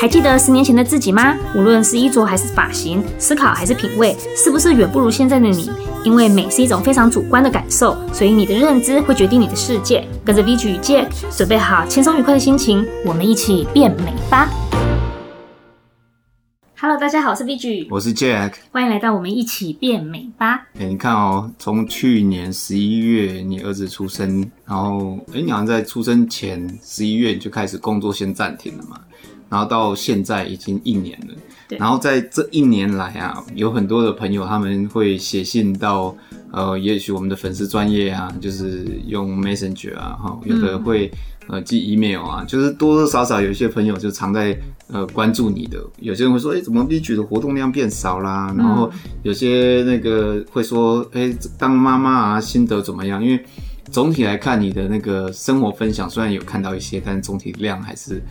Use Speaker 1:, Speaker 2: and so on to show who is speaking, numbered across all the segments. Speaker 1: 还记得十年前的自己吗？无论是衣着还是发型，思考还是品味，是不是远不如现在的你？因为美是一种非常主观的感受，所以你的认知会决定你的世界。跟着 V G 与 Jack，准备好轻松愉快的心情，我们一起变美吧！Hello，大家好，我是 V G，
Speaker 2: 我是 Jack，
Speaker 1: 欢迎来到我们一起变美吧。
Speaker 2: 哎、你看哦，从去年十一月你儿子出生，然后哎，你好像在出生前十一月你就开始工作，先暂停了嘛，然后到现在已经一年了。
Speaker 1: 对
Speaker 2: 然后在这一年来啊，有很多的朋友他们会写信到呃，也许我们的粉丝专业啊，就是用 Messenger 啊，哈，有的会呃寄 email 啊，就是多多少少有一些朋友就常在呃关注你的，有些人会说，哎、怎么 B 举的活动量变少啦？然后
Speaker 1: 嗯
Speaker 2: 有些那个会说，哎、当妈妈啊，心得怎么样？因为总体来看，你的那个生活分享虽然有看到一些，但总体量还是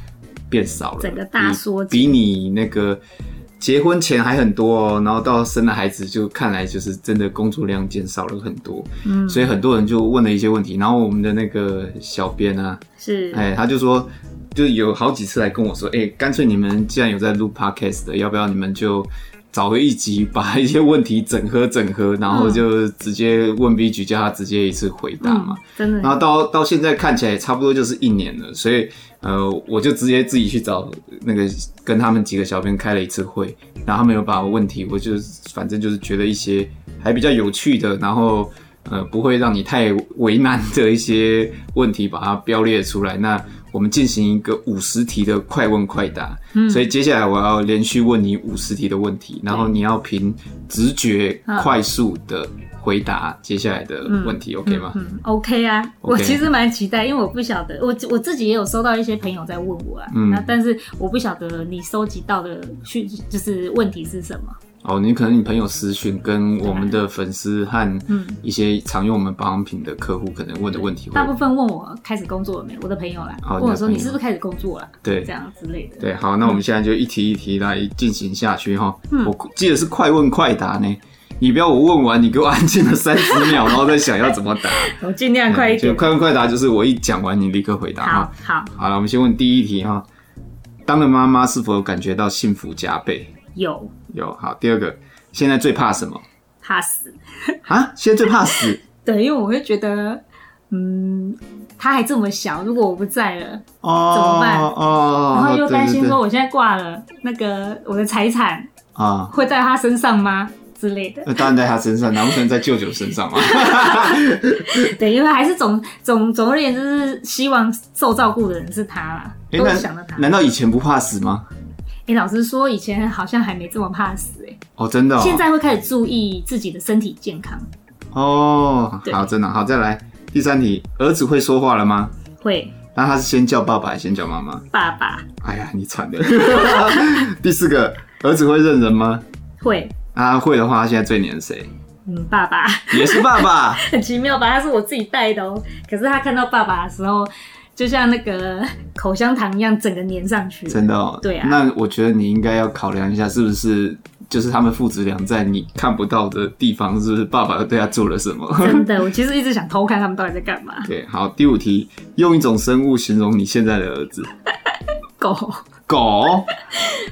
Speaker 2: 变少了，
Speaker 1: 整个大缩减
Speaker 2: 比比你那个结婚前还很多哦。然后到生了孩子，就看来就是真的工作量减少了很多，
Speaker 1: 嗯，
Speaker 2: 所以很多人就问了一些问题。然后我们的那个小编啊，
Speaker 1: 是，
Speaker 2: 哎，他就说，就有好几次来跟我说，哎、干脆你们既然有在录 podcast 的，要不要你们就找一集，把一些问题整合整合，然后就直接问 B 局，叫他直接一次回答嘛。
Speaker 1: 嗯，真的
Speaker 2: 然后到到现在看起来也差不多就是一年了，所以呃，我就直接自己去找那个跟他们几个小编开了一次会，然后他们有把问题，我就反正就是觉得一些还比较有趣的，然后呃不会让你太为难的一些问题，把它标列出来。那我们进行一个五十题的快问快答，
Speaker 1: 嗯
Speaker 2: 所以接下来我要连续问你五十题的问题，然后你要凭直觉
Speaker 1: 嗯
Speaker 2: 快速的回答接下来的问题、o k 吗？
Speaker 1: 嗯，OK 啊我其实蛮期待，因为我不晓得，我我自己也有收到一些朋友在问我啊，
Speaker 2: 嗯
Speaker 1: 那但是我不晓得你收集到的讯就是问题是什么，
Speaker 2: 哦，你可能你朋友私讯跟我们的粉丝和
Speaker 1: 嗯
Speaker 2: 一些常用我们保养品的客户可能问的问题会
Speaker 1: 大部分问我开始工作了没，我的朋友啦，
Speaker 2: 哦
Speaker 1: 问我说
Speaker 2: 你的朋友
Speaker 1: 你是不是开始工作了，
Speaker 2: 对
Speaker 1: 这样之类的，
Speaker 2: 对，好，那我们现在就一题一题来进行下去哈。
Speaker 1: 嗯
Speaker 2: 我记得是快问快答呢，你不要我问完你给我安静了三十秒，然后再想要怎么答。
Speaker 1: 我尽量 快一
Speaker 2: 嗯就
Speaker 1: 点。
Speaker 2: 快啊问快答就是我一讲完你立刻回答
Speaker 1: 好
Speaker 2: 哈。
Speaker 1: 好，
Speaker 2: 好了，我们先问第一题哈，当了妈妈是否有感觉到幸福加倍？
Speaker 1: 有
Speaker 2: 有。好，第二个，现在最怕什么
Speaker 1: 怕死，
Speaker 2: 啊？现在最怕死。
Speaker 1: 对，因为我会觉得，嗯，他还这么小，如果我不在了，
Speaker 2: 哦
Speaker 1: 怎么办
Speaker 2: 哦，
Speaker 1: 然后又
Speaker 2: 对
Speaker 1: 担
Speaker 2: 对
Speaker 1: 心
Speaker 2: 对
Speaker 1: 说我现在挂了，那个我的财产
Speaker 2: 啊，
Speaker 1: 会在他身上吗之类的。
Speaker 2: 那当然在他身上，难不成在舅舅身 上吗？
Speaker 1: 对，因为还是总总总而言之，是希望受照顾的人是他啦，
Speaker 2: 诶
Speaker 1: 都是想到
Speaker 2: 难
Speaker 1: 他。哎、
Speaker 2: 难道以前不怕死吗？
Speaker 1: 老实说，以前好像还没这么怕死、欸，
Speaker 2: 哦，真的、哦。
Speaker 1: 现在会开始注意自己的身体健康，
Speaker 2: 哦，
Speaker 1: 对
Speaker 2: 好，真的好，再来第三题，儿子会说话了吗？
Speaker 1: 会
Speaker 2: 那他是先叫爸爸，还是先叫妈妈？
Speaker 1: 爸爸
Speaker 2: 哎呀，你惨了。第四个，儿子会认人吗？
Speaker 1: 会，
Speaker 2: 啊，会的话，他现在最黏谁？
Speaker 1: 嗯，爸爸
Speaker 2: 也是 爸爸。
Speaker 1: 很奇妙吧？他是我自己带的哦，可是他看到爸爸的时候，就像那个口香糖一样，整个粘上去。
Speaker 2: 真的哦，
Speaker 1: 对啊
Speaker 2: 那我觉得你应该要考量一下，是不是就是他们父子俩在你看不到的地方，是不是爸爸对他做了什么？
Speaker 1: 真的，我其实一直想偷看他们到底在干嘛。
Speaker 2: 对，好，第五题，用一种生物形容你现在的儿子，
Speaker 1: 狗，
Speaker 2: 狗。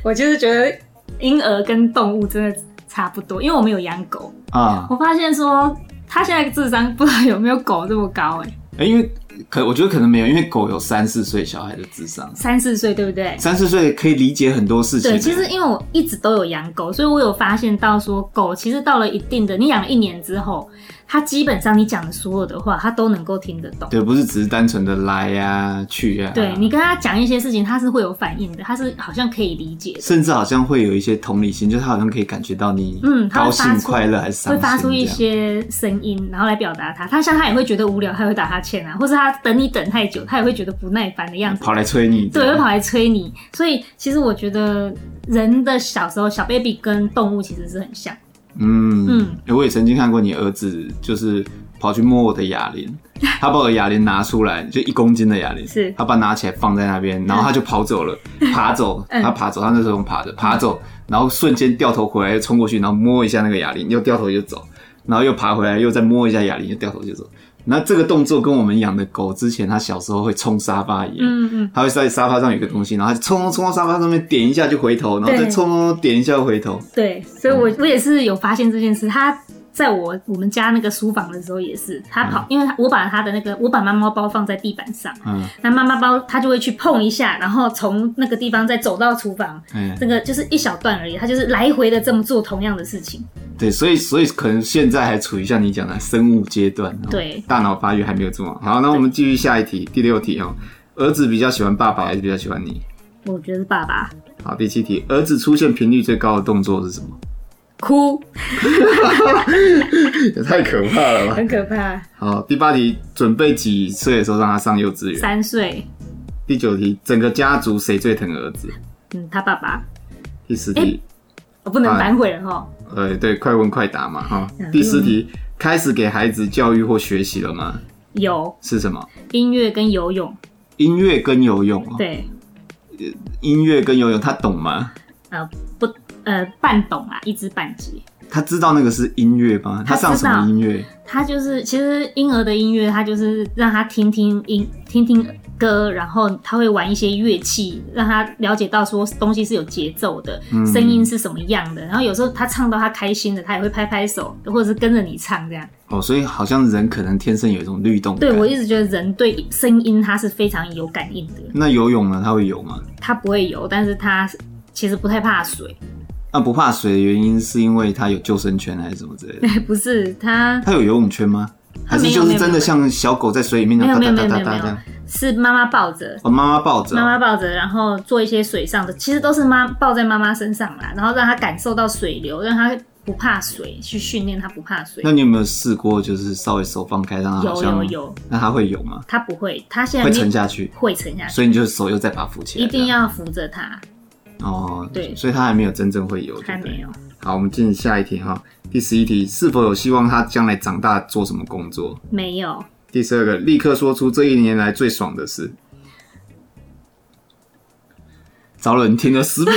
Speaker 1: 我就是觉得婴儿跟动物真的差不多，因为我们有养狗，
Speaker 2: 啊，
Speaker 1: 我发现说他现在智商不知道有没有狗这么高哎、
Speaker 2: 诶因为可我觉得可能没有，因为狗有三四岁小孩的智商，
Speaker 1: 三四岁对不对？
Speaker 2: 三四岁可以理解很多事情。
Speaker 1: 对，其实因为我一直都有养狗，所以我有发现到说，狗其实到了一定的，你养了一年之后，它基本上你讲的所有的话，它都能够听得懂。
Speaker 2: 对，不是只是单纯的来呀、去啊呀、
Speaker 1: 对你跟它讲一些事情，它是会有反应的，它是好像可以理解的，
Speaker 2: 甚至好像会有一些同理心，就是他好像可以感觉到你
Speaker 1: 嗯它
Speaker 2: 高
Speaker 1: 会发
Speaker 2: 兴
Speaker 1: 出、
Speaker 2: 快乐还是伤
Speaker 1: 会
Speaker 2: 心这样。
Speaker 1: 发出一些声音，然后来表达它。它像它也会觉得无聊，它会打哈欠啊，或是它等你等太久，它也会觉得不耐烦的样子。
Speaker 2: 跑来催你。
Speaker 1: 对，会跑来催你。所以其实我觉得人的小时候，小 baby 跟动物其实是很像。
Speaker 2: 嗯
Speaker 1: 嗯
Speaker 2: 诶我也曾经看过你儿子，就是跑去摸我的哑 铃，他把我的哑铃拿出来，就一公斤的哑铃，
Speaker 1: 是
Speaker 2: 他把它拿起来放在那边，然后他就跑走了，爬走，
Speaker 1: 嗯
Speaker 2: 他爬走，他那时候爬着，爬走，然后瞬间掉头回来，又冲过去，然后摸一下那个哑铃，又掉头就走，然后又爬回来，又再摸一下哑铃，又掉头就走。那这个动作跟我们养的狗之前它小时候会冲沙发一样，
Speaker 1: 嗯嗯，
Speaker 2: 它会在沙发上有一个东西，然后它就冲冲冲到沙发上面点一下就回头，然后再
Speaker 1: 对
Speaker 2: 冲冲点一下又回头。
Speaker 1: 对，所以我我也是有发现这件事，他。在我我们家那个书房的时候也是，他跑，因为他我把他的那个我把妈妈包放在地板上，
Speaker 2: 嗯，
Speaker 1: 那妈妈包他就会去碰一下，然后从那个地方再走到厨房，
Speaker 2: 哎、
Speaker 1: 这个就是一小段而已，他就是来回的这么做同样的事情。
Speaker 2: 对，所以所以可能现在还处于像你讲的生物阶段，哦
Speaker 1: 对，
Speaker 2: 大脑发育还没有这么好。好，那我们继续下一题，第六题哦，儿子比较喜欢爸爸还是比较喜欢你？
Speaker 1: 我觉得是爸爸
Speaker 2: 好，第七题，儿子出现频率最高的动作是什么？
Speaker 1: 哭
Speaker 2: 也 太可怕了吧！
Speaker 1: 很可怕，
Speaker 2: 好，第八题，准备几岁的时候让他上幼稚园？
Speaker 1: 三岁，
Speaker 2: 第九题，整个家族谁最疼儿子？
Speaker 1: 嗯，他爸爸，
Speaker 2: 第十题，
Speaker 1: 我不能
Speaker 2: 哎
Speaker 1: 反悔了哈。
Speaker 2: 呃，对，快问快答嘛，哈。第十题，开始给孩子教育或学习了吗？
Speaker 1: 有
Speaker 2: 是什么？
Speaker 1: 音乐跟游泳，
Speaker 2: 音乐跟游泳哦，
Speaker 1: 对，
Speaker 2: 音乐跟游泳，他懂吗？
Speaker 1: 呃，不，呃，半懂啊，一知半解。
Speaker 2: 他知道那个是音乐吗？
Speaker 1: 他
Speaker 2: 他
Speaker 1: 知道
Speaker 2: 上什么音乐？
Speaker 1: 他就是，其实婴儿的音乐，他就是让他听听音，听听歌，然后他会玩一些乐器，让他了解到说东西是有节奏的，
Speaker 2: 嗯
Speaker 1: 声音是什么样的。然后有时候他唱到他开心的，他也会拍拍手，或者是跟着你唱这样。
Speaker 2: 哦，所以好像人可能天生有一种律动感。
Speaker 1: 对我一直觉得人对声音他是非常有感应的，
Speaker 2: 那游泳呢？他会游吗？
Speaker 1: 他不会游，但是他其实不太怕水。
Speaker 2: 那不怕水的原因是因为他有救生圈还是什么之类的？
Speaker 1: 对，不是他
Speaker 2: 他有游泳圈吗？
Speaker 1: 他
Speaker 2: 还
Speaker 1: 没有
Speaker 2: 是就是真
Speaker 1: 没有没有
Speaker 2: 的像小狗在水里面那样
Speaker 1: 没有没
Speaker 2: 哒
Speaker 1: 有
Speaker 2: 哒哒
Speaker 1: 没有没
Speaker 2: 哒哒
Speaker 1: 有
Speaker 2: 这样？
Speaker 1: 是妈妈抱着，
Speaker 2: 哦，妈妈抱着哦。
Speaker 1: 妈妈抱着，然后做一些水上的，其实都是妈抱在妈妈身上啦，然后让她感受到水流，让她不怕水，去训练她不怕水
Speaker 2: 那。你有没有试过，就是稍微手放开，让它好
Speaker 1: 有
Speaker 2: 像
Speaker 1: 有有，
Speaker 2: 那它会游吗？
Speaker 1: 她不会，她现在
Speaker 2: 会
Speaker 1: 没
Speaker 2: 沉下去，
Speaker 1: 会沉下去，
Speaker 2: 所以你就手又再把它扶起来。
Speaker 1: 一定要扶着她，
Speaker 2: 这样哦，
Speaker 1: 对
Speaker 2: 所以它还没有真正会游，对
Speaker 1: 还
Speaker 2: 不对
Speaker 1: 没有。
Speaker 2: 好，我们进行下一题哈。第十一题，是否有希望他将来长大做什么工作？
Speaker 1: 没有
Speaker 2: 第十二个，立刻说出这一年来最爽的事。找人停了 十秒、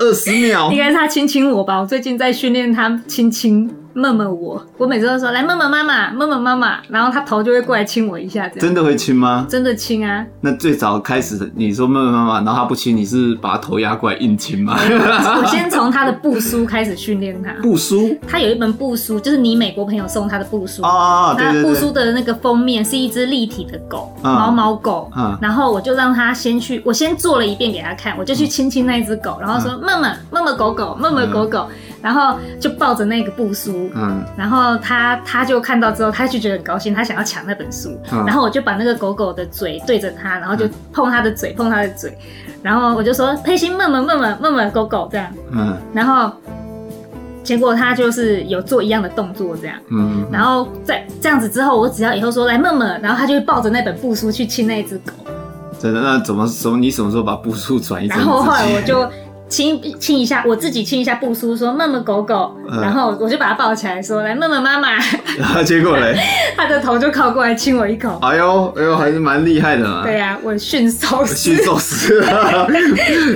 Speaker 2: 二十秒
Speaker 1: 应，该是她亲亲我吧，我最近在训练她亲亲。梦梦我，我每次都说来梦梦妈妈，梦梦妈妈，然后她头就会过来亲我一下，这样
Speaker 2: 真的会亲吗？
Speaker 1: 真的亲 啊，
Speaker 2: 那最早开始你说慢慢慢慢，然后他不亲，你是把他头压过来硬 亲吗？
Speaker 1: 我先从她的步书开始训练她。
Speaker 2: 不输
Speaker 1: 她有一本步书，就是你美国朋友送她的步书，
Speaker 2: 哦哦，哦对
Speaker 1: 那
Speaker 2: 对
Speaker 1: 布
Speaker 2: 对，
Speaker 1: 书的那个封面是一只立体的狗，
Speaker 2: 嗯
Speaker 1: 毛毛狗。
Speaker 2: 嗯
Speaker 1: 然后我就让他先去，我先做了一遍给他看，我就去亲亲那一只
Speaker 2: 啊
Speaker 1: 狗，然后说“梦梦梦梦狗狗梦梦狗狗”，然后就抱着那个布书。
Speaker 2: 嗯，
Speaker 1: 然后他他就看到之后，他就觉得很高兴，他想要抢那本书。
Speaker 2: 嗯
Speaker 1: 然后我就把那个狗狗的嘴对着他，然后就碰他的嘴，碰他的嘴。然后我就说：“佩欣，梦梦梦梦梦梦狗狗”这样。
Speaker 2: 嗯
Speaker 1: 然后结果他就是有做一样的动作这样。
Speaker 2: 嗯，嗯
Speaker 1: 然后在这样子之后，我只要以后说来梦梦，然后他就会抱着那本布书去亲那一只狗。
Speaker 2: 真的，那怎么什么？你什么时候把步数转移成
Speaker 1: 然
Speaker 2: 自己？
Speaker 1: 后后来我就亲亲一下，我自己亲一下布书，说梦梦狗狗，
Speaker 2: 嗯
Speaker 1: 然后我就把它抱起来说来梦梦妈妈，
Speaker 2: 然后结果 嘞，
Speaker 1: 它的头就靠过来亲我一口。
Speaker 2: 哎呦哎呦，还是蛮厉害的嘛。
Speaker 1: 对呀、我驯 兽
Speaker 2: 驯
Speaker 1: 师。
Speaker 2: 兽师，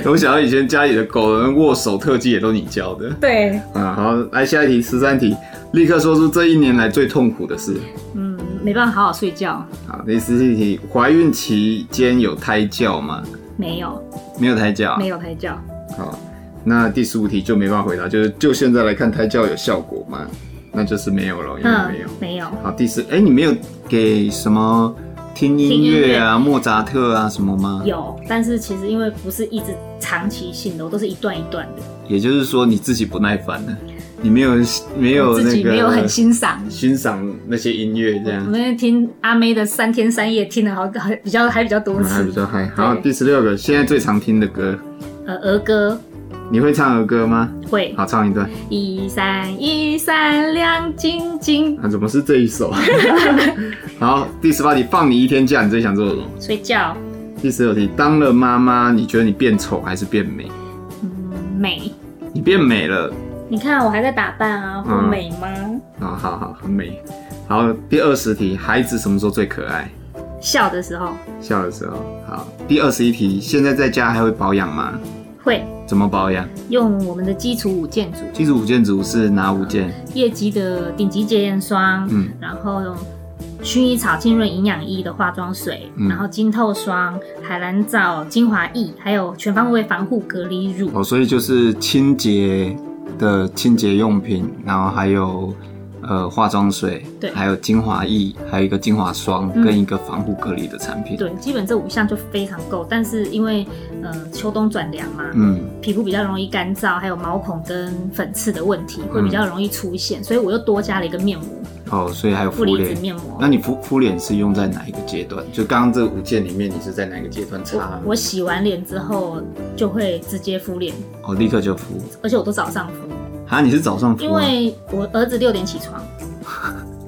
Speaker 2: 我想到以前家里的狗人握手特技也都你教的
Speaker 1: 对，
Speaker 2: 啊。好，来下一题，十三题，立刻说出这一年来最痛苦的事。
Speaker 1: 嗯，没办法好好睡觉，
Speaker 2: 好，第十四题，怀孕期间有胎教吗？
Speaker 1: 没有
Speaker 2: 没有胎教啊。
Speaker 1: 没有胎教，
Speaker 2: 好，那第十五题就没办法回答，就是就现在来看胎教有效果吗？那就是没有了，因为
Speaker 1: 嗯
Speaker 2: 没有。，
Speaker 1: 没有，
Speaker 2: 好，第十，哎，你没有给什么听音乐啊、莫扎特啊什么吗？
Speaker 1: 有，但是其实因为不是一直长期性的，我都是一段一段的，
Speaker 2: 也就是说你自己不耐烦了，你没有没有
Speaker 1: 自
Speaker 2: 那
Speaker 1: 己没有
Speaker 2: 个
Speaker 1: 很欣赏。
Speaker 2: 欣赏那些音乐这
Speaker 1: 我
Speaker 2: 样。
Speaker 1: 们听阿妹的三天三夜，听了好还比较还比较多
Speaker 2: 嗯还比
Speaker 1: 次。
Speaker 2: 较嗨。好，
Speaker 1: 对
Speaker 2: 第十六个，现在最常听的歌，
Speaker 1: 呃，儿歌
Speaker 2: 你会唱儿歌吗？
Speaker 1: 会
Speaker 2: 好，唱一段。
Speaker 1: 一闪一闪亮晶晶，
Speaker 2: 啊，怎 么是这一首？好，第十八题，放你一天假，你最想做什么？
Speaker 1: 睡觉，
Speaker 2: 第十九题，当了妈妈，你觉得你变丑还是变美？
Speaker 1: 嗯，美。
Speaker 2: 你变美了
Speaker 1: 你看我还在打扮啊，我
Speaker 2: 嗯
Speaker 1: 美吗？
Speaker 2: 啊、好好，很美。好，第二十题，孩子什么时候最可爱？
Speaker 1: 笑的时候
Speaker 2: 笑的时候。好，第二十一题，现在在家还会保养吗？
Speaker 1: 会
Speaker 2: 怎么保养？
Speaker 1: 用我们的基础五件组，
Speaker 2: 基础五件组是哪五件？
Speaker 1: 业绩的顶级洁颜霜，
Speaker 2: 嗯
Speaker 1: 然后薰衣草浸润营养液的化妆水，
Speaker 2: 嗯
Speaker 1: 然后金透霜、海蓝藻精华液，还有全方位防护隔离乳。
Speaker 2: 哦，所以就是清洁的清洁用品，然后还有呃化妆水，
Speaker 1: 对
Speaker 2: 还有精华液，还有一个精华霜、
Speaker 1: 嗯
Speaker 2: 跟一个防护隔离的产品。
Speaker 1: 对，基本这五项就非常够，但是因为呃秋冬转凉嘛，
Speaker 2: 嗯，
Speaker 1: 皮肤比较容易干燥，还有毛孔跟粉刺的问题会比较容易出现，所以我又多加了一个面膜，
Speaker 2: 哦，所以还有
Speaker 1: 负
Speaker 2: 敷
Speaker 1: 离子
Speaker 2: 脸。
Speaker 1: 面膜
Speaker 2: 那。你敷敷脸是用在哪一个阶段？就刚刚这五件里面，你是在哪一个阶段擦？
Speaker 1: 我洗完脸之后就会直接敷脸，
Speaker 2: 我、哦立刻就敷。
Speaker 1: 而且我都早上敷，
Speaker 2: 啊，你是早上敷、
Speaker 1: 因
Speaker 2: 啊？
Speaker 1: 为我儿子六点起床。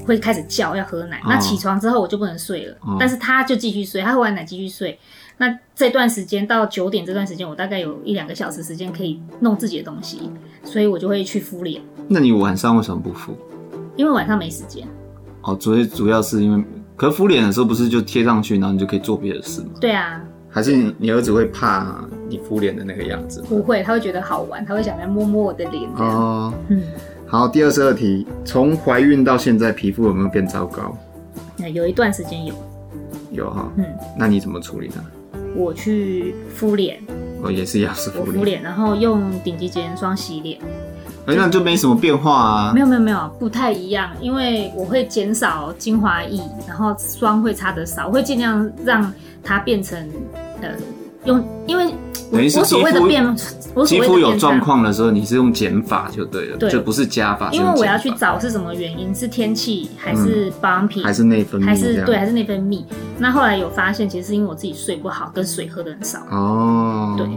Speaker 1: 会开始叫要喝奶，
Speaker 2: 哦
Speaker 1: 那起床之后我就不能睡了，
Speaker 2: 哦
Speaker 1: 但是他就继续睡，他喝完奶继续睡。那这段时间到九点这段时间，我大概有一两个小时时间可以弄自己的东西，所以我就会去敷脸，
Speaker 2: 那你晚上为什么不敷？
Speaker 1: 因为晚上没时间。
Speaker 2: 哦，主主要是因为，可敷脸的时候不是就贴上去，然后你就可以做别的事吗？
Speaker 1: 对啊，
Speaker 2: 还是你你儿子会怕你敷脸的那个样子吗？
Speaker 1: 不会，他会觉得好玩，他会想来摸摸我的脸。哦、
Speaker 2: 哦，
Speaker 1: 嗯，
Speaker 2: 好，第二十二题，从怀孕到现在，皮肤有没有变糟糕？
Speaker 1: 那有一段时间有，
Speaker 2: 有哈、
Speaker 1: 嗯，
Speaker 2: 那你怎么处理呢？
Speaker 1: 我去敷脸，
Speaker 2: 哦，也是一样是
Speaker 1: 我敷
Speaker 2: 敷脸，
Speaker 1: 脸，然后用顶级洁颜霜洗脸。
Speaker 2: 哎、那就没什么变化啊
Speaker 1: 没。有没有没有，不太一样，因为我会减少精华液，然后霜会擦的少，我会尽量让它变成呃用，因为我
Speaker 2: 等于是
Speaker 1: 我所谓的
Speaker 2: 肌肤
Speaker 1: 变，我所
Speaker 2: 肌
Speaker 1: 谓的
Speaker 2: 肤有
Speaker 1: 变
Speaker 2: 状
Speaker 1: 淡。
Speaker 2: 况啊的时候，你是用减法就对了，
Speaker 1: 对
Speaker 2: 就不是加法。
Speaker 1: 因为
Speaker 2: 是
Speaker 1: 我
Speaker 2: 用减
Speaker 1: 要
Speaker 2: 法
Speaker 1: 去找是什么原因，是天气还是保养品，
Speaker 2: 嗯还是内分泌
Speaker 1: 还
Speaker 2: 这
Speaker 1: 是
Speaker 2: 样
Speaker 1: 对还是内分泌。那后来有发现，其实是因为我自己睡不好，跟水喝的很少。
Speaker 2: 哦，
Speaker 1: 对，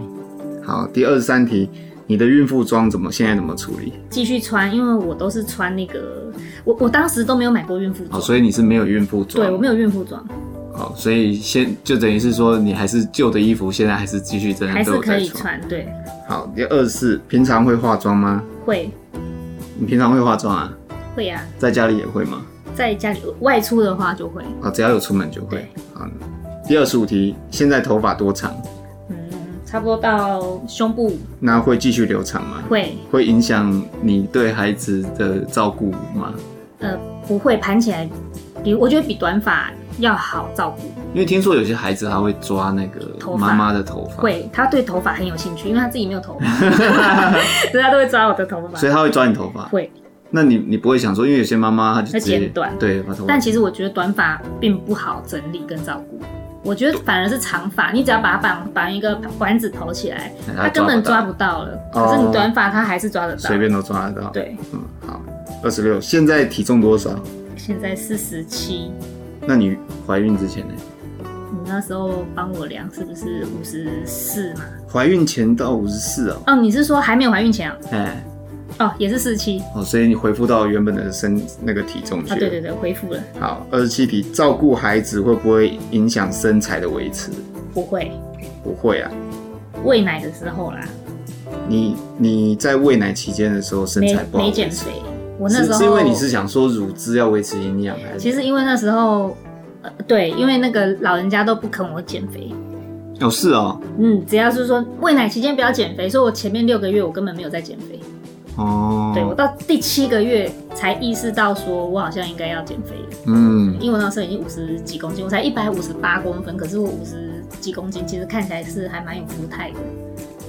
Speaker 2: 好，第二十三题，你的孕妇装怎么现在怎么处理？
Speaker 1: 继续穿，因为我都是穿那个，我我当时都没有买过孕妇
Speaker 2: 哦，
Speaker 1: 装，
Speaker 2: 所以你是没有孕妇装，
Speaker 1: 对我没有孕妇装，
Speaker 2: 哦，所以现就等于是说你还是旧的衣服，现在还是继续真
Speaker 1: 还
Speaker 2: 的都
Speaker 1: 是
Speaker 2: 有
Speaker 1: 可
Speaker 2: 在
Speaker 1: 以
Speaker 2: 穿。
Speaker 1: 穿，对，
Speaker 2: 好，第二是平常会化妆吗？
Speaker 1: 会
Speaker 2: 你平常会化妆啊？
Speaker 1: 会呀、
Speaker 2: 在家里也会吗？
Speaker 1: 啊，在家里外出的话就会，
Speaker 2: 啊、只要有出门就会
Speaker 1: 对。
Speaker 2: 好，第二十五题，现在头发多长？
Speaker 1: 嗯，差不多到胸部
Speaker 2: 那会继续留长吗？
Speaker 1: 会，
Speaker 2: 会影响你对孩子的照顾吗？
Speaker 1: 呃，不会盘起来，比我觉得比短发要好照顾，
Speaker 2: 因为听说有些孩子他会抓那
Speaker 1: 头
Speaker 2: 个
Speaker 1: 发
Speaker 2: 妈妈的头发，，
Speaker 1: 会，他对头发很有兴趣，因为他自己没有头发， 所以他都会抓我的头发，
Speaker 2: 所以他会抓你头发。
Speaker 1: 会。
Speaker 2: 那你你不会想说，因为有些妈妈她就
Speaker 1: 会
Speaker 2: 直接
Speaker 1: 剪短
Speaker 2: 对，把头发
Speaker 1: 但其实我觉得短发并不好整理跟照顾，我觉得反而是长发，你只要把它绑绑一个丸子头起来，它根本抓不到了。
Speaker 2: 哦
Speaker 1: 可是你短发它还是抓得到。
Speaker 2: 随便都抓得到。，
Speaker 1: 对，
Speaker 2: 嗯，好，二十六，现在体重多少？
Speaker 1: 现在四十七，
Speaker 2: 那你怀孕之前呢？
Speaker 1: 你那时候帮我量是不是五十四嘛？
Speaker 2: 怀孕前到五十四哦，
Speaker 1: 哦，你是说还没有怀孕前啊？
Speaker 2: 哎，
Speaker 1: 哦，也是四十七
Speaker 2: 哦，所以你恢复到原本的身那个体重去
Speaker 1: 啊，
Speaker 2: 了。
Speaker 1: 对对对，恢复了，
Speaker 2: 好，二十七题，照顾孩子会不会影响身材的维持？
Speaker 1: 不会。
Speaker 2: 不会啊，
Speaker 1: 喂奶的时候啦，
Speaker 2: 你你在喂奶期间的时候身
Speaker 1: 没
Speaker 2: 材不好
Speaker 1: 没
Speaker 2: 维持
Speaker 1: 减肥，我那时
Speaker 2: 是
Speaker 1: 候
Speaker 2: 是因为你是想说乳汁要维持营养还是？
Speaker 1: 其实因为那时候，呃，对，因为那个老人家都不肯我减肥，
Speaker 2: 哦是哦，
Speaker 1: 嗯，只要是说喂奶期间不要减肥，所以我前面六个月我根本没有在减肥，
Speaker 2: 哦，
Speaker 1: 对我到第七个月才意识到说我好像应该要减肥了，
Speaker 2: 嗯，
Speaker 1: 因为我那时候已经五十几公斤，我才一百五十八公分，可是我五十几公斤，其实看起来是还蛮有福态的。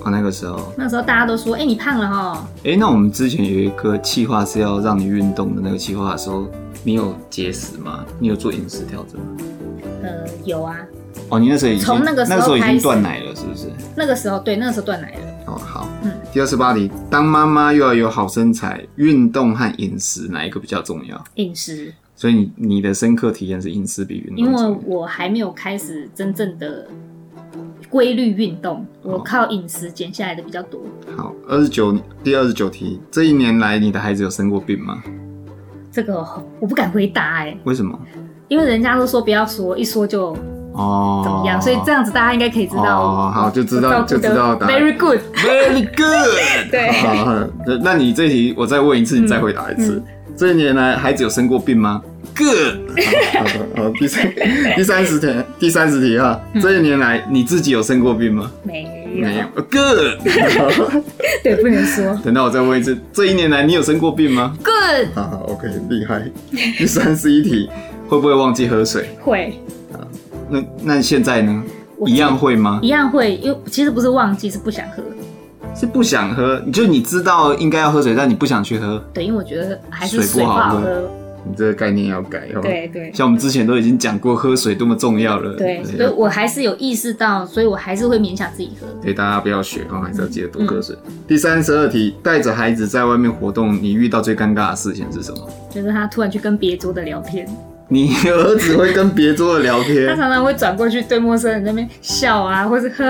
Speaker 2: 哦那个时候，
Speaker 1: 那时候大家都说，哎、你胖了哈，
Speaker 2: 哎、那我们之前有一个计划是要让你运动的那个计划的时候，你有节食吗？你有做饮食调整吗？
Speaker 1: 呃，有啊，
Speaker 2: 哦，你那时候已经
Speaker 1: 从那个时候
Speaker 2: 时候已
Speaker 1: 开
Speaker 2: 经
Speaker 1: 始
Speaker 2: 断奶了，是不是？
Speaker 1: 那个时候对，那个时候断奶了，
Speaker 2: 哦，好。
Speaker 1: 嗯
Speaker 2: 第二十八题，当妈妈又要有好身材，运动和饮食哪一个比较重要？
Speaker 1: 饮食，
Speaker 2: 所以你你的深刻体验是饮食比运动
Speaker 1: 因
Speaker 2: 重要。
Speaker 1: 为我还没有开始真正的规律运动，
Speaker 2: 哦
Speaker 1: 我靠饮食减下来的比较多。
Speaker 2: 好，二十九第二十九题，这一年来你的孩子有生过病吗？
Speaker 1: 这个我不敢回答哎、
Speaker 2: 为什么？
Speaker 1: 因为人家都说不要说，一说就
Speaker 2: 哦，
Speaker 1: 怎么样，所以这样子大家应该可以知道。
Speaker 2: 哦好就知道
Speaker 1: 我照顾得
Speaker 2: 就知道答案
Speaker 1: Very good，
Speaker 2: Very good
Speaker 1: 对
Speaker 2: 好好好那你这题我再问一次，你再回答一次。这一年来，孩子有生过病吗？Good 好。好，好好第三第三十题，第三十题哈，这一年来你自己有生过病吗？
Speaker 1: 没有，
Speaker 2: 没有。Good 好。
Speaker 1: 对，不能说
Speaker 2: 等到我再问一次，这一年来你有生过病吗？
Speaker 1: good。
Speaker 2: 好好，OK，厉害。第三十一题，会不会忘记喝水？
Speaker 1: 会
Speaker 2: 那那现在呢？
Speaker 1: 我
Speaker 2: 一样会吗？
Speaker 1: 一样会，因为其实不是忘记，是不想喝。
Speaker 2: 是不想喝，就你知道应该要喝水，但你不想去喝，
Speaker 1: 对，因为我觉得还是
Speaker 2: 水不
Speaker 1: 水不
Speaker 2: 好
Speaker 1: 好
Speaker 2: 喝
Speaker 1: 喝。
Speaker 2: 你这个概念要改哦。，
Speaker 1: 对对
Speaker 2: 像我们之前都已经讲过喝水多么重要了。
Speaker 1: 对，所以我还是有意识到，所以我还是会勉强自己喝。
Speaker 2: 所以大家不要学哦，还是要记得多喝水。第三十二题，带着孩子在外面活动，你遇到最尴尬的事情是什么？
Speaker 1: 就是他突然去跟别桌的聊天，
Speaker 2: 你儿子会跟别桌的聊
Speaker 1: 他
Speaker 2: 天，
Speaker 1: 常常会转过去对陌生人那边笑啊，或是呵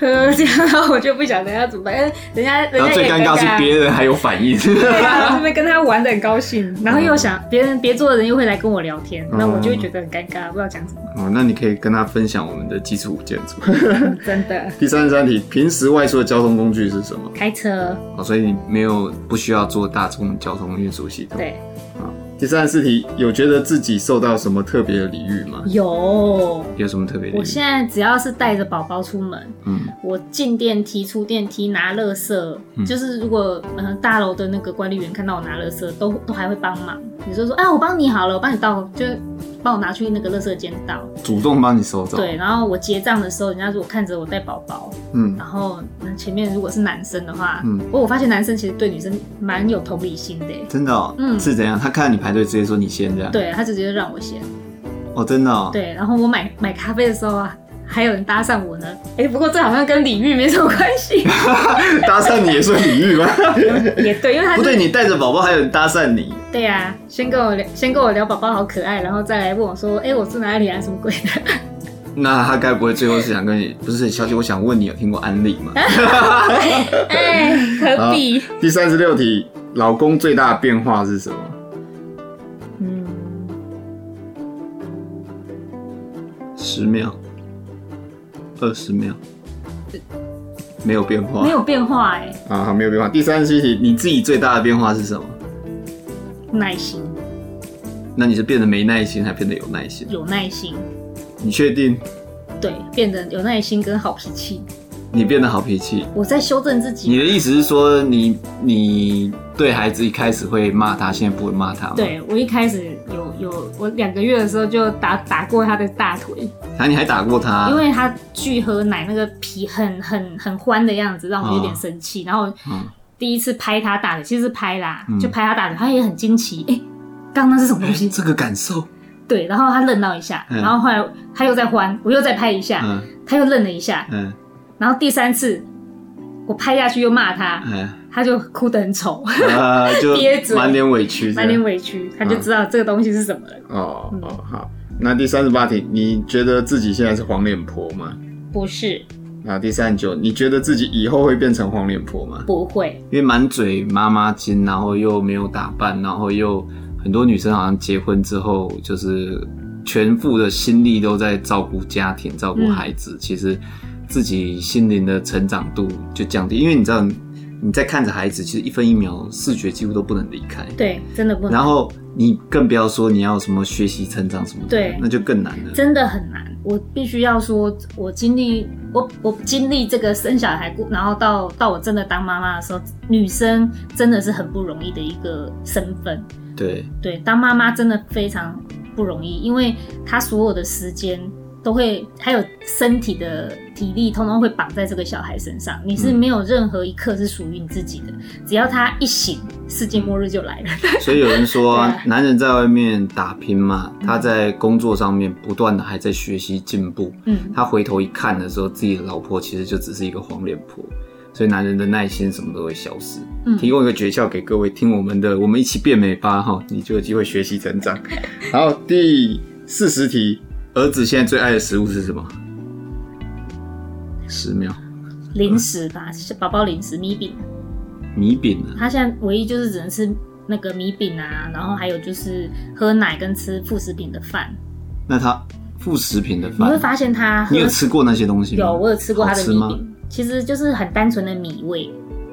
Speaker 1: 呵这样，然后我就不晓得要怎么办。因为人家人家
Speaker 2: 然后
Speaker 1: 也
Speaker 2: 最尴尬是别人还有反应。
Speaker 1: 对啊，这边跟他玩的很高兴，然
Speaker 2: 嗯
Speaker 1: 后又想别人别桌的人又会来跟我聊天，那我就会觉得很尴尬，不知道讲什么。
Speaker 2: 哦，那你可以跟他分享我们的基础五建筑。
Speaker 1: 嗯 真的，
Speaker 2: 第三十三题，平时外出的交通工具是什么？
Speaker 1: 开车
Speaker 2: 哦，所以你没有不需要坐大众交通运输系统。
Speaker 1: 对
Speaker 2: 第三十四题，有觉得自己受到什么特别的礼遇吗？
Speaker 1: 有。
Speaker 2: 有什么特别的
Speaker 1: 我
Speaker 2: 礼遇
Speaker 1: 现？在只要是带着宝宝出门，
Speaker 2: 嗯，
Speaker 1: 我进电梯、出电梯、拿垃圾，就是如果呃大楼的那个管理员看到我拿垃圾，都都还会帮忙。你就说啊，我帮你好了，我帮你倒，就是帮我拿去那个垃圾间倒。
Speaker 2: 主动帮你收走。，
Speaker 1: 对，然后我结账的时候，人家如果看着我带宝宝，
Speaker 2: 嗯
Speaker 1: 然后嗯前面如果是男生的话，
Speaker 2: 嗯
Speaker 1: 我我发现男生其实对女生蛮有同理心的耶。
Speaker 2: 真的、哦，
Speaker 1: 嗯
Speaker 2: 是怎样？他看到你排队，直接说你先这样。，
Speaker 1: 对，他就直接让我先。
Speaker 2: 哦，真的嗯哦。
Speaker 1: 对，然后我买买咖啡的时候啊，还有人搭讪我呢。哎、不过这好像跟礼遇没什么关系。
Speaker 2: 搭讪你也算礼 遇吗？
Speaker 1: 也对，因为他
Speaker 2: 不
Speaker 1: 是
Speaker 2: 对，你带着宝宝还有人搭讪你，
Speaker 1: 对呀、先跟我聊，先跟我聊宝宝好可爱，然后再来问我说，哎、我住哪里啊，什么鬼 的？
Speaker 2: 那他该不会最后是想跟你？不是，小姐，我想问你有听过安利 吗？
Speaker 1: 哎、何必？
Speaker 2: 第三十六题，老公最大的变化是什么？
Speaker 1: 嗯，
Speaker 2: 十秒，二十秒，没有变化
Speaker 1: 没。有变化哎、
Speaker 2: 啊，好没有变化。第三十七题，你自己最大的变化是什么？
Speaker 1: 耐心，
Speaker 2: 那你是变得没耐心，还变得有耐心？
Speaker 1: 有耐心，
Speaker 2: 你确定
Speaker 1: 对，变得有耐心跟好脾气。
Speaker 2: 你变得好脾气？
Speaker 1: 我在修正自己
Speaker 2: 你，的意思是说你，你对孩子一开始会骂他，现在不会骂他吗？。
Speaker 1: 对我一开始有有，我两个月的时候就打打过他的大腿，
Speaker 2: 啊，你还打过他？
Speaker 1: 因为他巨喝奶那个皮很很很欢的样子，让我有点生气，然后
Speaker 2: 嗯，
Speaker 1: 第一次拍他大腿，其实是拍啦，
Speaker 2: 嗯
Speaker 1: 就拍他大腿，他也很惊奇，哎、刚刚那是什么东西？
Speaker 2: 哎这个感受，
Speaker 1: 对，然后他愣到一下，
Speaker 2: 嗯
Speaker 1: 然后后来他又在欢，我又再拍一下，
Speaker 2: 嗯
Speaker 1: 他又愣了一下，
Speaker 2: 嗯
Speaker 1: 然后第三次我拍下去又骂他，
Speaker 2: 嗯，
Speaker 1: 他就哭得很 丑，
Speaker 2: 呃，就
Speaker 1: 憋嘴
Speaker 2: 满脸委屈这样，
Speaker 1: 满脸嗯委屈，他
Speaker 2: 嗯
Speaker 1: 就知道这个东西是什么了。
Speaker 2: 哦哦好。那第三十八题，你觉得自己现在是黄脸婆吗？
Speaker 1: 不是，
Speaker 2: 啊，第三十九，你觉得自己以后会变成黄脸婆吗？
Speaker 1: 不会，
Speaker 2: 因为满嘴妈妈经，然后又没有打扮，然后又很多女生好像结婚之后就是全副的心力都在照顾家庭、照顾孩子，
Speaker 1: 嗯
Speaker 2: 其实自己心灵的成长度就降低，因为你知道你在看着孩子，其实一分一秒视觉几乎都不能离开，
Speaker 1: 对，真的不
Speaker 2: 然
Speaker 1: 能，
Speaker 2: 后你更不要说你要什么学习成长什么的，
Speaker 1: 对
Speaker 2: 那就更难了。
Speaker 1: 真的很难。我必须要说，我经历我我经历这个生小孩，然后到到我真的当妈妈的时候，女生真的是很不容易的一个身份。
Speaker 2: 对，
Speaker 1: 对，当妈妈真的非常不容易，因为她所有的时间都会，还有身体的体力，通通会绑在这个小孩身上。你是
Speaker 2: 嗯
Speaker 1: 没有任何一刻是属于你自己的，只要他一醒，世界末日就来了。
Speaker 2: 所以有人说啊、
Speaker 1: 对嗯
Speaker 2: 男人在外面打拼嘛，他在工作上面不断的还在学习进步，
Speaker 1: 嗯，
Speaker 2: 他回头一看的时候，自己的老婆其实就只是一个黄脸婆，所以男人的耐心什么都会消失。
Speaker 1: 嗯
Speaker 2: 提供一个诀窍给各位，听我们的，我们一起变美吧哈，你就有机会学习 成长。好，第四十题，儿子现在最爱的食物是什么？十秒，
Speaker 1: 零食吧，是宝宝零食米饼，
Speaker 2: 米饼啊，
Speaker 1: 他现在唯一就是只能吃那个米饼啊，然后还有就是喝奶跟吃副食品的饭。
Speaker 2: 那他副食品的
Speaker 1: 你会
Speaker 2: 饭，
Speaker 1: 发现他喝
Speaker 2: 你有吃过那些东西吗？
Speaker 1: 有我有吃过他的
Speaker 2: 好吃
Speaker 1: 米
Speaker 2: 吗
Speaker 1: 饼，其实就是很单纯的米味。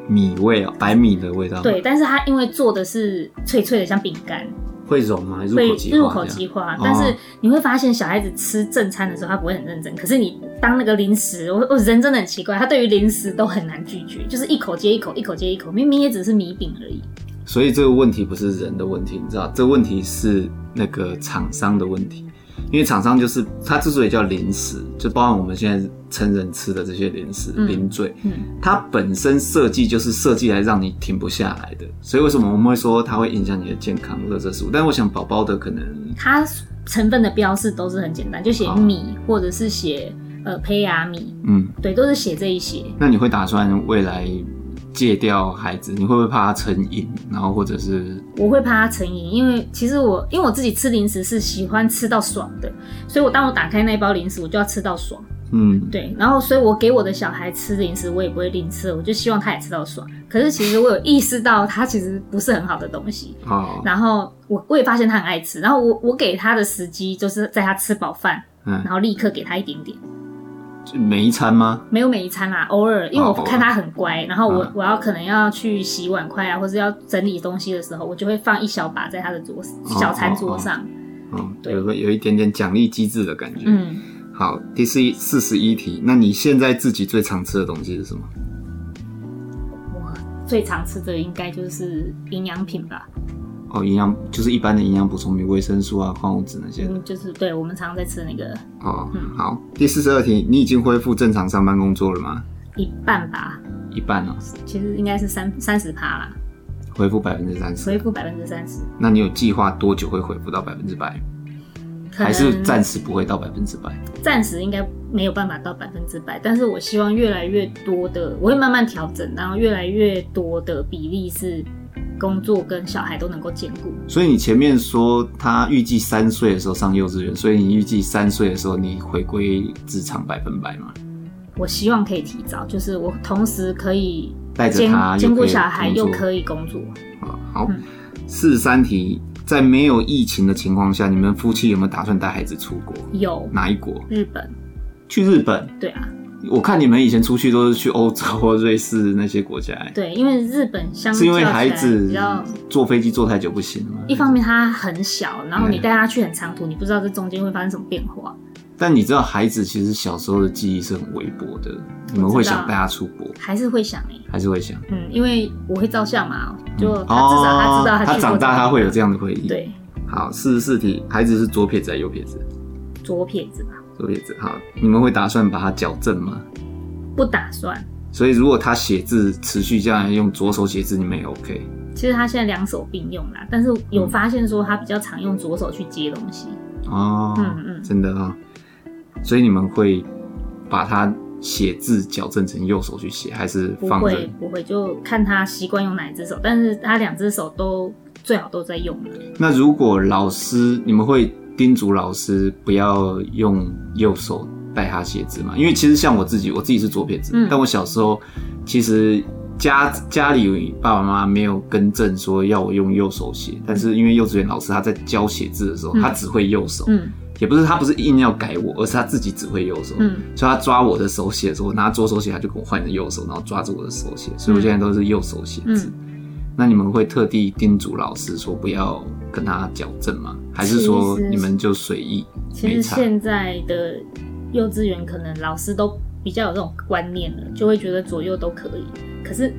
Speaker 2: 米味啊、白米的味道，，
Speaker 1: 对，但是它因为做的是脆脆的，像饼干，
Speaker 2: 会融吗？入
Speaker 1: 会
Speaker 2: 口即化，哦
Speaker 1: 入口即化。但是你会发现，小孩子吃正餐的时候，他不会很认真。可是你当那个零食，我我人真的很奇怪，他对于零食都很难拒绝，就是一口接一口，一口接一口。明明也只是米饼而已，
Speaker 2: 所以这个问题不是人的问题，你知道，这个问题是那个厂商的问题。因为厂商就是它之所以叫零食，就包含我们现在成人吃的这些零食、
Speaker 1: 嗯
Speaker 2: 零嘴，
Speaker 1: 嗯
Speaker 2: 它本身设计就是设计来让你停不下来的。所以为什么我们会说它会影响你的健康、热色素？但我想宝宝的可能
Speaker 1: 它成分的标示都是很简单，就写米或者是写呃胚芽米，
Speaker 2: 嗯，
Speaker 1: 对，都是写这一些。
Speaker 2: 那你会打算未来戒掉孩子？你会不会怕他成瘾？然后或者是
Speaker 1: 我会怕它成瘾，因为其实我因为我自己吃零食是喜欢吃到爽的，所以我当我打开那一包零食，我就要吃到爽。
Speaker 2: 嗯，
Speaker 1: 对，然后所以我给我的小孩吃零食，我也不会吝啬，我就希望他也吃到爽。可是其实我有意识到，它其实不是很好的东西。
Speaker 2: 哦，
Speaker 1: 然后我我也发现他很爱吃，然后我我给他的时机就是在他吃饱饭，
Speaker 2: 嗯
Speaker 1: 然后立刻给他一点点，
Speaker 2: 就每一餐吗？
Speaker 1: 没有每一餐啦，偶尔，因为我
Speaker 2: 哦
Speaker 1: 看他很乖，然后我、
Speaker 2: 嗯
Speaker 1: 我要可能要去洗碗筷啊，或者要整理东西的时候，我就会放一小把在他的桌
Speaker 2: 哦
Speaker 1: 小餐桌上，
Speaker 2: 嗯，
Speaker 1: 对
Speaker 2: 有个有一点点奖励机制的感觉。
Speaker 1: 嗯。
Speaker 2: 好，第四四十一题，那你现在自己最常吃的东西是什么？
Speaker 1: 最常吃的应该就是营养品吧，
Speaker 2: 哦，营养就是一般的营养补充品，维生素啊、矿物质那些的。
Speaker 1: 嗯，就是对我们常常在吃的那个
Speaker 2: 哦
Speaker 1: 嗯，
Speaker 2: 好，第四十二题，你已经恢复正常上班工作了吗？
Speaker 1: 一半吧，
Speaker 2: 一半哦，
Speaker 1: 其实应该是三三十趴啦，
Speaker 2: 恢复百分之三
Speaker 1: 恢
Speaker 2: 十。
Speaker 1: 复百分之三十，
Speaker 2: 那你有计划多久会恢复到百分之百？
Speaker 1: 可能
Speaker 2: 还是暂时不会到百分之百？
Speaker 1: 暂时应该没有办法到百分之百，但是我希望越来越多的，我会慢慢调整，然后越来越多的比例是工作跟小孩都能够兼顾。
Speaker 2: 所以你前面说他预计三岁的时候上幼稚园，所以你预计三岁的时候你回归职场百分百嘛？
Speaker 1: 我希望可以提早，就是我同时可以
Speaker 2: 带着
Speaker 1: 兼
Speaker 2: 他
Speaker 1: 兼
Speaker 2: 又可
Speaker 1: 顾
Speaker 2: 以
Speaker 1: 小孩，
Speaker 2: 工作
Speaker 1: 又可以工作。
Speaker 2: 啊，好
Speaker 1: 嗯，
Speaker 2: 四十三题，在没有疫情的情况下，你们夫妻有没有打算带孩子出国？
Speaker 1: 有
Speaker 2: 哪一国？
Speaker 1: 日本，
Speaker 2: 去日本？
Speaker 1: 对啊，
Speaker 2: 我看你们以前出去都是去欧洲、瑞士那些国家、欸，
Speaker 1: 对，因为日本相
Speaker 2: 是因为
Speaker 1: 较起
Speaker 2: 孩
Speaker 1: 来比
Speaker 2: 子
Speaker 1: 较。
Speaker 2: 坐飞机坐太久不行吗？
Speaker 1: 一方面它很小，然后你
Speaker 2: 嗯
Speaker 1: 带它去很长途，你不知道这中间会发生什么变化。
Speaker 2: 但你知道，孩子其实小时候的记忆是很微薄的，你们会想带他出国，
Speaker 1: 还是会想哎、
Speaker 2: 还是会想？
Speaker 1: 嗯，因为我会照相嘛，就他
Speaker 2: 哦，
Speaker 1: 至少他知道
Speaker 2: 他
Speaker 1: 去过
Speaker 2: 长大
Speaker 1: 这个
Speaker 2: 他会有这样的回忆。，
Speaker 1: 对
Speaker 2: 好，四十四题，孩子是左撇子还是右撇子？
Speaker 1: 左撇子吧，
Speaker 2: 左撇子。好，你们会打算把他矫正吗？
Speaker 1: 不打算。
Speaker 2: 所以如果他写字持续这样用左手写字，你们也 OK。
Speaker 1: 其实他现在两手并用啦，但是
Speaker 2: 嗯
Speaker 1: 有发现说他比较常用左手去接东西。
Speaker 2: 哦，
Speaker 1: 嗯嗯
Speaker 2: 真的啊、所以你们会把他写字矫正成右手去写，还是
Speaker 1: 不
Speaker 2: 放
Speaker 1: 会
Speaker 2: 着？
Speaker 1: 不会，就看他习惯用哪一只手，但是他两只手都最好都在用了。
Speaker 2: 那如果老师，你们会叮嘱老师不要用右手带他写字吗？因为其实像我自己，我自己是左撇子，
Speaker 1: 嗯
Speaker 2: 但我小时候其实家家里爸爸妈妈没有更正说要我用右手写，但是因为幼稚园老师他在教写字的时候，
Speaker 1: 嗯
Speaker 2: 他只会右手，
Speaker 1: 嗯
Speaker 2: 也不是他不是硬要改我，而是他自己只会右手。
Speaker 1: 嗯，
Speaker 2: 所以他抓我的手写的时候，我拿左手写，他就跟我换成右手，然后抓住我的手写，所以我现在都是右手写
Speaker 1: 嗯
Speaker 2: 字。那你们会特地叮嘱老师说不要跟他矫正吗？还是说
Speaker 1: 其实
Speaker 2: 你们就随意？
Speaker 1: 其
Speaker 2: 没
Speaker 1: 实
Speaker 2: 差。
Speaker 1: 现在的幼稚园可能老师都比较有这种观念了，就会觉得左右都可以。可是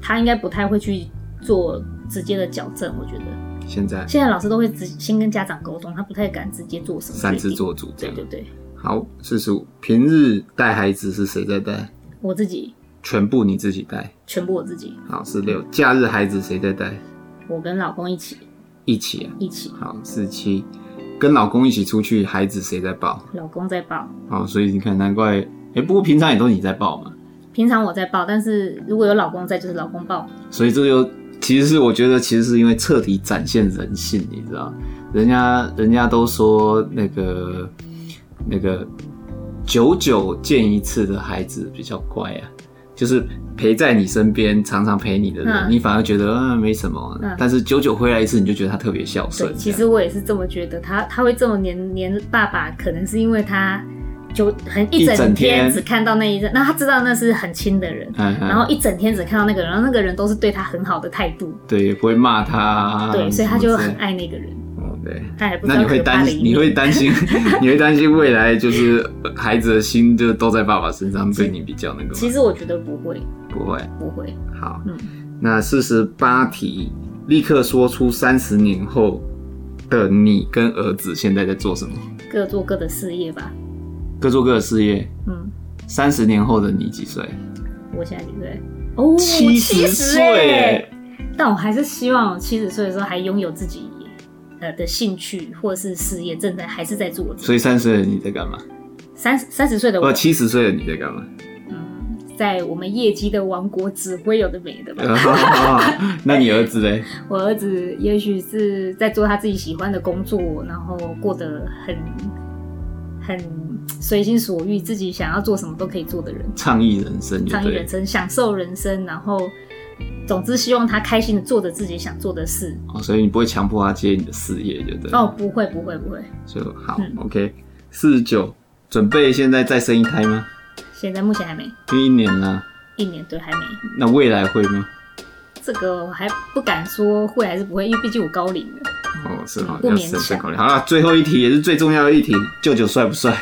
Speaker 1: 他应该不太会去做直接的矫正，我觉得。
Speaker 2: 现在
Speaker 1: 现在老师都会直先跟家长沟通，他不太敢直接做什么决定
Speaker 2: 擅自。做主
Speaker 1: 对
Speaker 2: 这样
Speaker 1: 对。对，
Speaker 2: 好，四十五，平日带孩子是谁在带？
Speaker 1: 我自己
Speaker 2: 全部你自己带。
Speaker 1: 全部我自己，
Speaker 2: 好，四六，假日孩子谁在带？
Speaker 1: 我跟老公一起
Speaker 2: 一起啊。
Speaker 1: 一起，
Speaker 2: 好，四七，跟老公一起出去，孩子谁在抱？
Speaker 1: 老公在抱，
Speaker 2: 好，啊所以你看，难怪，哎、不过平常也都是你在抱嘛。
Speaker 1: 平常我在抱，但是如果有老公在，就是老公抱。
Speaker 2: 所以这就其实是我觉得，其实是因为彻底展现人性，你知道，人家人家都说那个那个久久见一次的孩子比较乖啊，就是陪在你身边，常常陪你的人，
Speaker 1: 嗯
Speaker 2: 你反而觉得嗯没什么，
Speaker 1: 嗯
Speaker 2: 但是久久回来一次，你就觉得他特别孝顺
Speaker 1: 对，。其
Speaker 2: 这
Speaker 1: 实
Speaker 2: 样
Speaker 1: 我也是这么觉得，他他会这么黏黏爸爸，可能是因为他就很一
Speaker 2: 一整
Speaker 1: 整
Speaker 2: 天
Speaker 1: 天只看到那一阵，那他知道那是很亲的人。
Speaker 2: 嗯，嗯
Speaker 1: 然后一整天只看到那个人，然后那个人都是对他很好的态度，
Speaker 2: 对也不会骂他，啊
Speaker 1: 对，所以他
Speaker 2: 什么
Speaker 1: 就
Speaker 2: 之类
Speaker 1: 很爱那个人，
Speaker 2: 哦对。
Speaker 1: 他也不知
Speaker 2: 那
Speaker 1: 道
Speaker 2: 你会
Speaker 1: 可怕
Speaker 2: 担
Speaker 1: 的
Speaker 2: 心，
Speaker 1: 一
Speaker 2: 你
Speaker 1: 面。
Speaker 2: 会担心，你会担心未来就是呃孩子的心就都在爸爸身上，对你比较那个吗？
Speaker 1: 其实我觉得不会，
Speaker 2: 不会。
Speaker 1: 不会，
Speaker 2: 好，
Speaker 1: 嗯，
Speaker 2: 那四十八题，立刻说出三十年后的你跟儿子现在在做什么，
Speaker 1: 各做各的事业吧。
Speaker 2: 各做各的事业。
Speaker 1: 嗯，
Speaker 2: 三十年后的你几岁？
Speaker 1: 哦我现在几岁？哦，
Speaker 2: 十
Speaker 1: 70
Speaker 2: 岁
Speaker 1: 耶
Speaker 2: 耶。
Speaker 1: 但我还是希望我七十岁的时候还拥有自己呃的兴趣或者是事业，正在还是在做我自己。
Speaker 2: 所以三十的你在干嘛？
Speaker 1: 三三十岁的我
Speaker 2: 呃，，七十岁的你在干嘛？
Speaker 1: 在我们业绩的王国只会有的没的吧。
Speaker 2: 嗯哦那你儿子嘞？
Speaker 1: 我儿子也许是在做他自己喜欢的工作，然后过得很很随心所欲，自己想要做什么都可以做的人，
Speaker 2: 倡议人生就
Speaker 1: 倡议
Speaker 2: 对
Speaker 1: 人
Speaker 2: 了。
Speaker 1: 生，享受人生，然后总之希望他开心的做着自己想做的事。
Speaker 2: 哦，所以你不会强迫他接你的事业，就对了。
Speaker 1: 哦，不会不会不会，
Speaker 2: 就好、
Speaker 1: 嗯
Speaker 2: OK。四十九，准备现在再生一胎吗？
Speaker 1: 现在目前还没
Speaker 2: 因为一年了，
Speaker 1: 一年，对，还没。
Speaker 2: 那未来会吗？
Speaker 1: 这个我还不敢说会还是不会，因为毕竟我高龄了。
Speaker 2: 哦，是好，
Speaker 1: 不
Speaker 2: 要
Speaker 1: 勉
Speaker 2: 慎慎
Speaker 1: 强
Speaker 2: 考虑。好了，最后一题也是最重要的一题，舅舅帅不帅？